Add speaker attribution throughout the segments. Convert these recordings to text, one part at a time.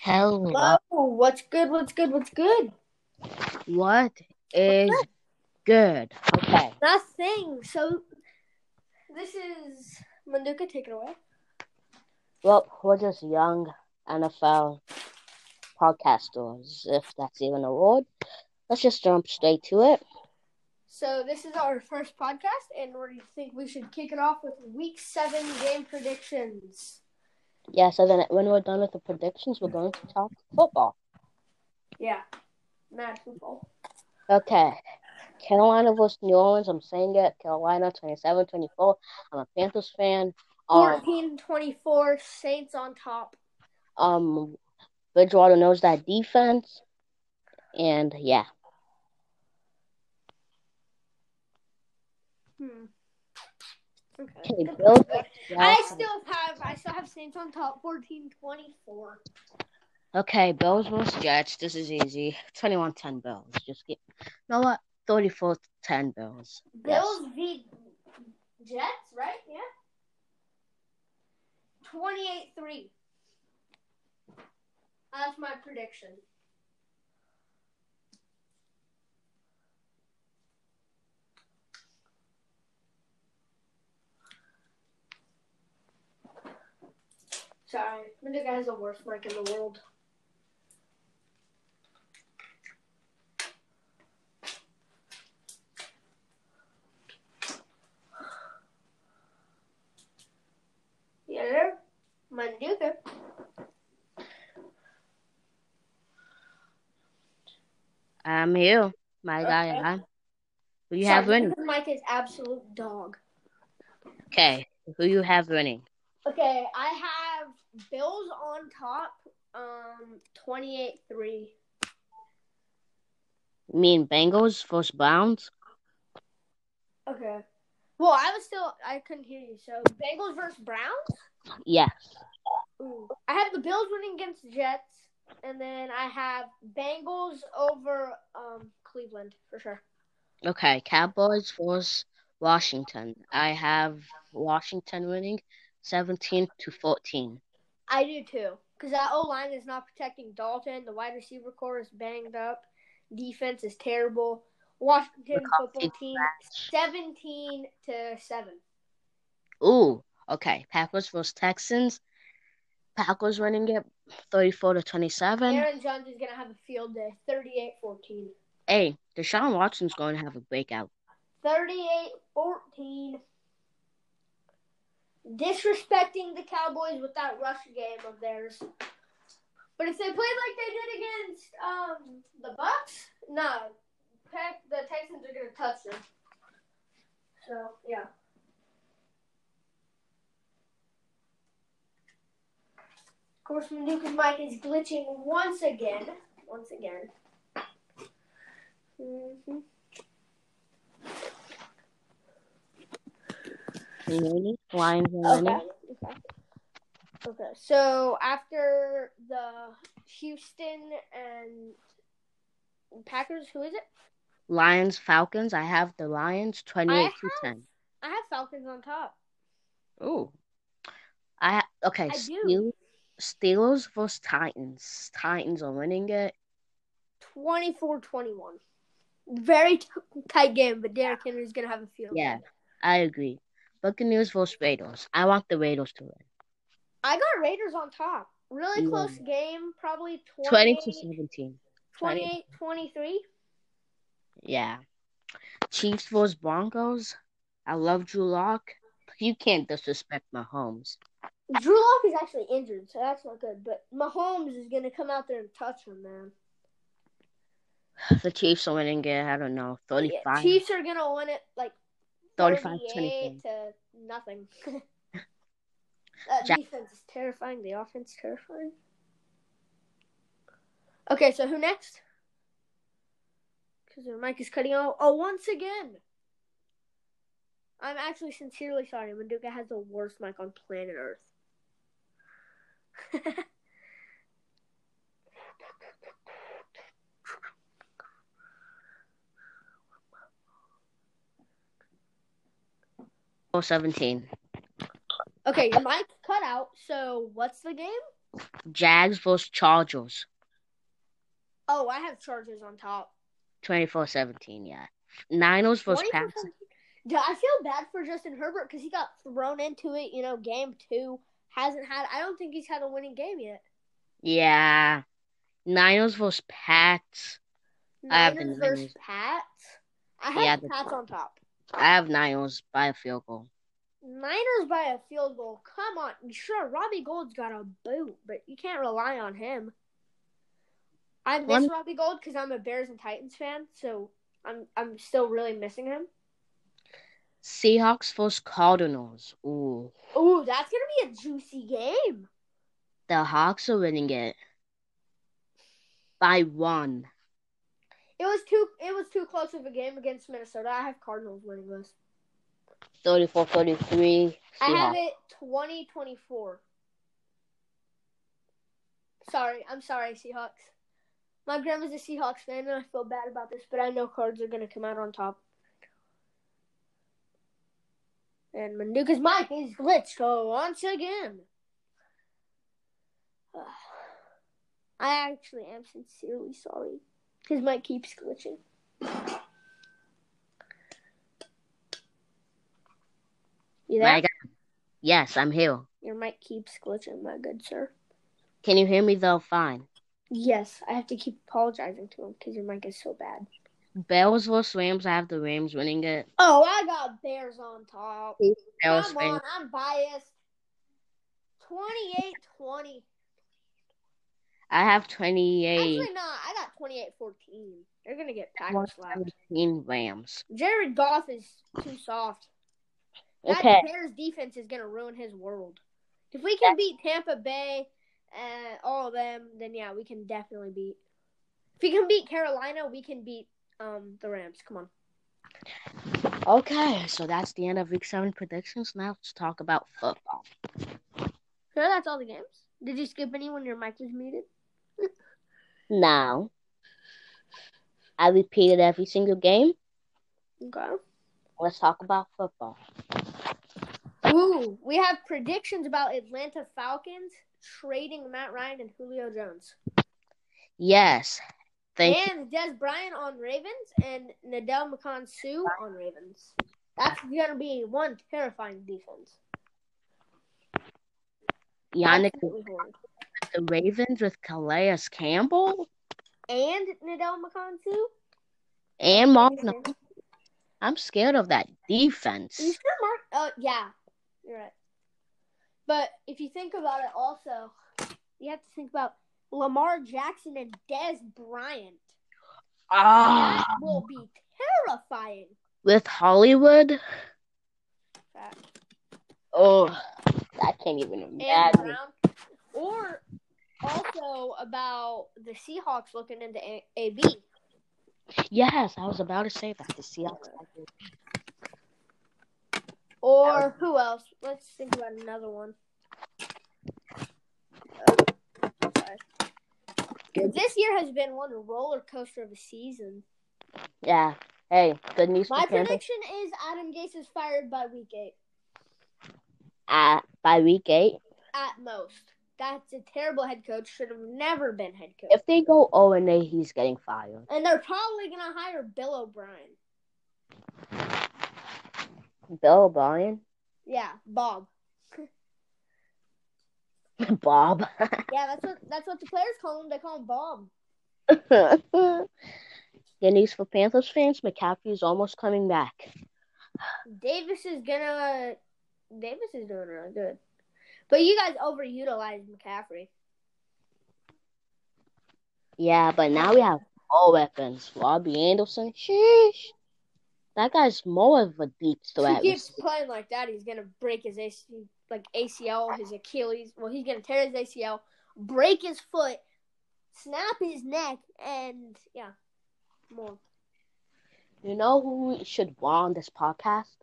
Speaker 1: Hello.
Speaker 2: Hello, Oh, what's good? What's good? What's good?
Speaker 1: What is good? Okay.
Speaker 2: Nothing. So, this is Manduka. Take it away.
Speaker 1: Well, we're just young NFL podcasters, if that's even a word. Let's just jump straight to it.
Speaker 2: So, this is our first podcast, and we think we should kick it off with week seven game predictions.
Speaker 1: Yeah, so then when we're done with the predictions, we're going to talk football.
Speaker 2: Yeah, mad football.
Speaker 1: Okay. Carolina versus New Orleans. I'm saying it. Carolina 27 24. I'm a Panthers fan. Um,
Speaker 2: 14 24, Saints on top.
Speaker 1: um, Bridgewater knows that defense. And yeah.
Speaker 2: Hmm. Okay.
Speaker 1: Okay, Bills.
Speaker 2: I still have I still have Saints on top 14 24.
Speaker 1: Okay, Bills versus Jets. This is easy. 21 10 Bills. Just get. You know what? 34 10 Bills. Yes.
Speaker 2: Bills v Jets, right? Yeah. 28 3. That's my prediction. Sorry, Minda guy's the worst mic in the world. Yeah, Manduka.
Speaker 1: I'm here. My guy
Speaker 2: Okay.
Speaker 1: and I. Who you
Speaker 2: Sorry,
Speaker 1: have winning?
Speaker 2: Manduka's mic is absolute dog.
Speaker 1: Okay. Who you have winning?
Speaker 2: Okay, I have Bills on top, um, 28-3.
Speaker 1: You mean Bengals versus Browns?
Speaker 2: Okay. Well, I was still, I couldn't hear you. So, Bengals versus Browns?
Speaker 1: Yes.
Speaker 2: Ooh. I have the Bills winning against the Jets, and then I have Bengals over um, Cleveland, for sure.
Speaker 1: Okay. Cowboys versus Washington. I have Washington winning 17 to 14.
Speaker 2: I do too, because that O line is not protecting Dalton. The wide receiver core is banged up. Defense is terrible. Washington football team seventeen to seven.
Speaker 1: Ooh. Okay. Packers versus Texans. Packers winning it 34 to 27.
Speaker 2: Aaron Jones is gonna have a field day, 38-14.
Speaker 1: Hey, Deshaun Watson's going to have a breakout.
Speaker 2: 38-14. Disrespecting the Cowboys with that rush game of theirs. But if they played like they did against um, the Bucks, no, Pac- the Texans are gonna touch them. So yeah. Of course, Manuka's mic is glitching once again. Once again. hmm
Speaker 1: Can you hear me? Lions are
Speaker 2: Okay.
Speaker 1: winning.
Speaker 2: Okay. Okay. So after the Houston and Packers, who is it?
Speaker 1: Lions, Falcons. I have the Lions 28 to 10.
Speaker 2: I have Falcons on top.
Speaker 1: Ooh. I ha- okay,
Speaker 2: I
Speaker 1: Steel-
Speaker 2: do.
Speaker 1: Steelers versus Titans. Titans are winning it.
Speaker 2: 24-21. Very t- tight game, but Derrick Henry's gonna have a field.
Speaker 1: Yeah, I agree. Buccaneers versus Raiders. I want the Raiders to win.
Speaker 2: I got Raiders on top. Really
Speaker 1: Yeah.
Speaker 2: close game, probably
Speaker 1: 20
Speaker 2: 28,
Speaker 1: to 17.
Speaker 2: 28 23.
Speaker 1: Yeah. Chiefs versus Broncos. I love Drew Lock. You can't disrespect Mahomes.
Speaker 2: Drew Lock is actually injured, so that's not good. But Mahomes is gonna come out there and touch him, man.
Speaker 1: The Chiefs are winning it. I don't know, 35.
Speaker 2: Yeah, Chiefs are gonna win it like
Speaker 1: 35
Speaker 2: 38 to nothing. that
Speaker 1: Jack-
Speaker 2: defense is terrifying. The offense terrifying. Okay, so who next? Because their mic is cutting out. Oh, once again. I'm actually sincerely sorry. Manduka has the worst mic on planet Earth.
Speaker 1: or 17.
Speaker 2: Okay, your mic cut out. So what's the game?
Speaker 1: Jags versus Chargers.
Speaker 2: Oh, I have Chargers on top.
Speaker 1: 24-17, yeah. Niners versus
Speaker 2: 24
Speaker 1: Panthers.
Speaker 2: something. Dude, I feel bad for Justin Herbert because he got thrown into it. You know, game two hasn't had. I don't think he's had a winning game yet.
Speaker 1: Yeah. Niners versus Pats. I have the
Speaker 2: Niners versus
Speaker 1: Niners.
Speaker 2: Pats. I
Speaker 1: Yeah,
Speaker 2: have the
Speaker 1: the-
Speaker 2: Pats on top.
Speaker 1: I have Niners by a field goal.
Speaker 2: Niners by a field goal. Come on, sure. Robbie Gold's got a boot, but you can't rely on him. I miss
Speaker 1: One-
Speaker 2: Robbie Gold because I'm a Bears and Titans fan, so I'm I'm still really missing him.
Speaker 1: Seahawks versus Cardinals. Ooh.
Speaker 2: Oh, that's gonna be a juicy game.
Speaker 1: The Hawks are winning it by one.
Speaker 2: It was too it was too close of a game against Minnesota. I have Cardinals winning this.
Speaker 1: 34-33.
Speaker 2: I have
Speaker 1: Seahawks.
Speaker 2: it 2024. Sorry, I'm sorry, Seahawks. My grandma's a Seahawks fan, and I feel bad about this, but I know cards are going to come out on top. And Manuka's mic is glitched so once again. I actually am sincerely sorry. His mic keeps glitching. You there?
Speaker 1: My God. Yes, I'm here.
Speaker 2: Your mic keeps glitching, my good sir.
Speaker 1: Can you hear me though? Fine.
Speaker 2: Yes, I have to keep apologizing to him because your mic is so bad.
Speaker 1: Bears versus Rams. I have the Rams winning it.
Speaker 2: Oh, I got Bears on top.
Speaker 1: Bears
Speaker 2: Come
Speaker 1: win.
Speaker 2: on, I'm biased. 28 20.
Speaker 1: I have 28
Speaker 2: Actually, not. I got 28 14. They're going to get
Speaker 1: One
Speaker 2: packed slapped.
Speaker 1: 17 Rams.
Speaker 2: Jared Goff is too soft. That
Speaker 1: Okay.
Speaker 2: Bears defense is going to ruin his world. If we can beat Tampa Bay and all of them, then yeah, we can definitely beat. If we can beat Carolina, we can beat um the Rams. Come on.
Speaker 1: Okay, so that's the end of week seven predictions. Now let's talk about football.
Speaker 2: Sure, that's all the games. Did you skip any when your mic was muted?
Speaker 1: Now, I repeated every single game.
Speaker 2: Okay.
Speaker 1: Let's talk about football.
Speaker 2: Ooh, we have predictions about Atlanta Falcons trading Matt Ryan and Julio Jones.
Speaker 1: Yes, thank you.
Speaker 2: and Des Bryant on Ravens and Nadell McCon Sue on Ravens. That's gonna be one terrifying defense.
Speaker 1: Yannick
Speaker 2: Absolutely horrid.
Speaker 1: the Ravens with Calais Campbell
Speaker 2: And Nadell McCon Sue?
Speaker 1: and Marvin.
Speaker 2: Are
Speaker 1: I'm scared of that
Speaker 2: you
Speaker 1: defense.
Speaker 2: sure Mark oh yeah. You're right. But if you think about it also, you have to think about Lamar Jackson and Des Bryant.
Speaker 1: Ah,
Speaker 2: That will be terrifying.
Speaker 1: with Hollywood. Oh, I can't even
Speaker 2: and
Speaker 1: imagine.
Speaker 2: Brown. Or also about the Seahawks looking into A- AB.
Speaker 1: Yes, I was about to say that. The Seahawks.
Speaker 2: Or who else? Let's think about another one. Oh, sorry.
Speaker 1: Good.
Speaker 2: This year has been one roller coaster of a season.
Speaker 1: Yeah. Hey, good news
Speaker 2: My
Speaker 1: for Panthers.
Speaker 2: prediction is Adam Gase is fired by week eight
Speaker 1: Uh, by week eight,
Speaker 2: at most. That's a terrible head coach. Should have never been head coach.
Speaker 1: if they go zero and eight, he's getting fired.
Speaker 2: and they're probably gonna hire Bill O'Brien.
Speaker 1: Bill O'Brien,
Speaker 2: Yeah, Bob.
Speaker 1: Bob.
Speaker 2: Yeah, that's what that's what the players call him. They call him Bob.
Speaker 1: good news for Panthers fans. McCaffrey is almost coming back.
Speaker 2: Davis is gonna. Davis is doing really good, but you guys overutilized McCaffrey.
Speaker 1: Yeah, but now we have all weapons. Robbie Anderson, sheesh. That guy's more of a deep
Speaker 2: If
Speaker 1: threat.
Speaker 2: he keeps playing like that, he's gonna break his AC, like ACL, his Achilles. Well, he's gonna tear his ACL, break his foot, snap his neck, and yeah, more.
Speaker 1: You know who we should want on this podcast?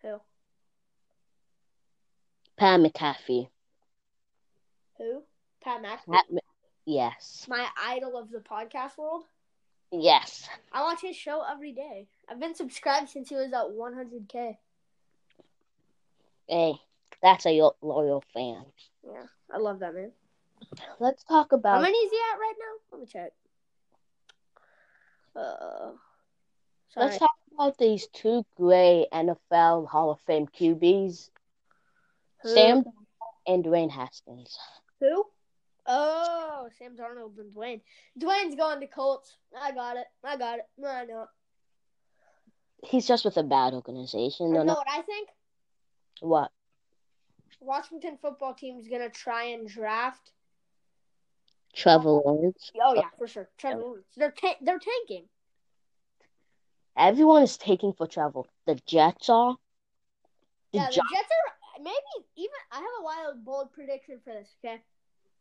Speaker 2: Who?
Speaker 1: Pat McAfee.
Speaker 2: Who? Pat McAfee.
Speaker 1: Pat Ma- yes.
Speaker 2: My idol of the podcast world.
Speaker 1: Yes.
Speaker 2: I watch his show every day. I've been subscribed since he was at 100k.
Speaker 1: Hey, that's a yo- loyal fan.
Speaker 2: Yeah, I love that man.
Speaker 1: Let's talk
Speaker 2: How
Speaker 1: about
Speaker 2: many is he at right now? Let me check. Uh, sorry.
Speaker 1: let's talk about these two great NFL Hall of Fame QBs,
Speaker 2: Who-
Speaker 1: Sam and Dwayne Haskins.
Speaker 2: Who? Oh, Sam Darnold and Dwayne. Dwayne's going to Colts. I got it. I got it. No, I know.
Speaker 1: He's just with a bad organization.
Speaker 2: You
Speaker 1: No,
Speaker 2: know
Speaker 1: no,
Speaker 2: what I think?
Speaker 1: what?
Speaker 2: Washington football team's gonna try and draft.
Speaker 1: Trevor Lawrence.
Speaker 2: Oh yeah, for sure. Trevor Lawrence. They're ta- they're tanking.
Speaker 1: Everyone is taking for Trevor. The Jets are. The
Speaker 2: yeah, the
Speaker 1: Gi-
Speaker 2: Jets are maybe even. I have a wild, bold prediction for this. Okay,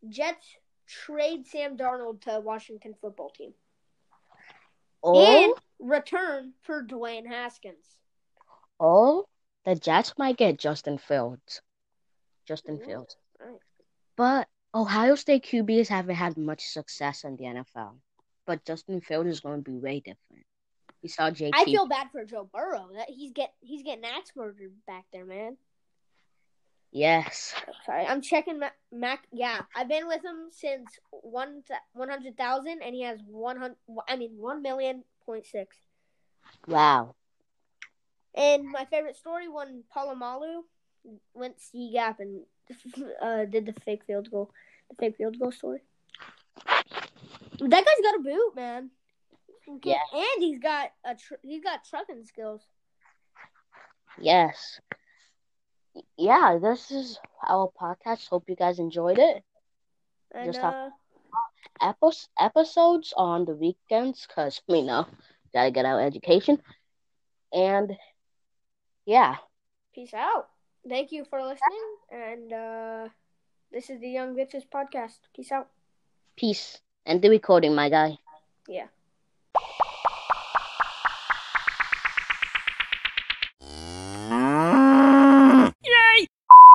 Speaker 2: Jets trade Sam Darnold to Washington football team
Speaker 1: oh,
Speaker 2: and return for Dwayne Haskins.
Speaker 1: oh, the Jets might get Justin Fields. Justin
Speaker 2: Ooh,
Speaker 1: Fields.
Speaker 2: nice.
Speaker 1: But Ohio State QBs haven't had much success in the NFL. But Justin Fields is going to be way different. We saw JT.
Speaker 2: I feel bad for Joe Burrow. That he's get he's getting axe murdered back there, man.
Speaker 1: yes.
Speaker 2: Sorry, I'm checking Mac. Mac yeah, I've been with him since one one hundred thousand, and he has one hundred. I mean, one million point six.
Speaker 1: Wow.
Speaker 2: And my favorite story when Palomalu went C gap and uh, did the fake field goal, the fake field goal story. That guy's got a boot, man. Okay.
Speaker 1: Yeah.
Speaker 2: and he's got a tr- he's got trucking skills.
Speaker 1: Yes. Yeah, this is our podcast. Hope you guys enjoyed it.
Speaker 2: And
Speaker 1: Just have-
Speaker 2: uh,
Speaker 1: Epis episodes on the weekends because we know gotta get our education. And yeah,
Speaker 2: peace out. Thank you for listening, and uh, this is the Young Bitches podcast. Peace out.
Speaker 1: peace. And the recording, my guy.
Speaker 2: Yeah.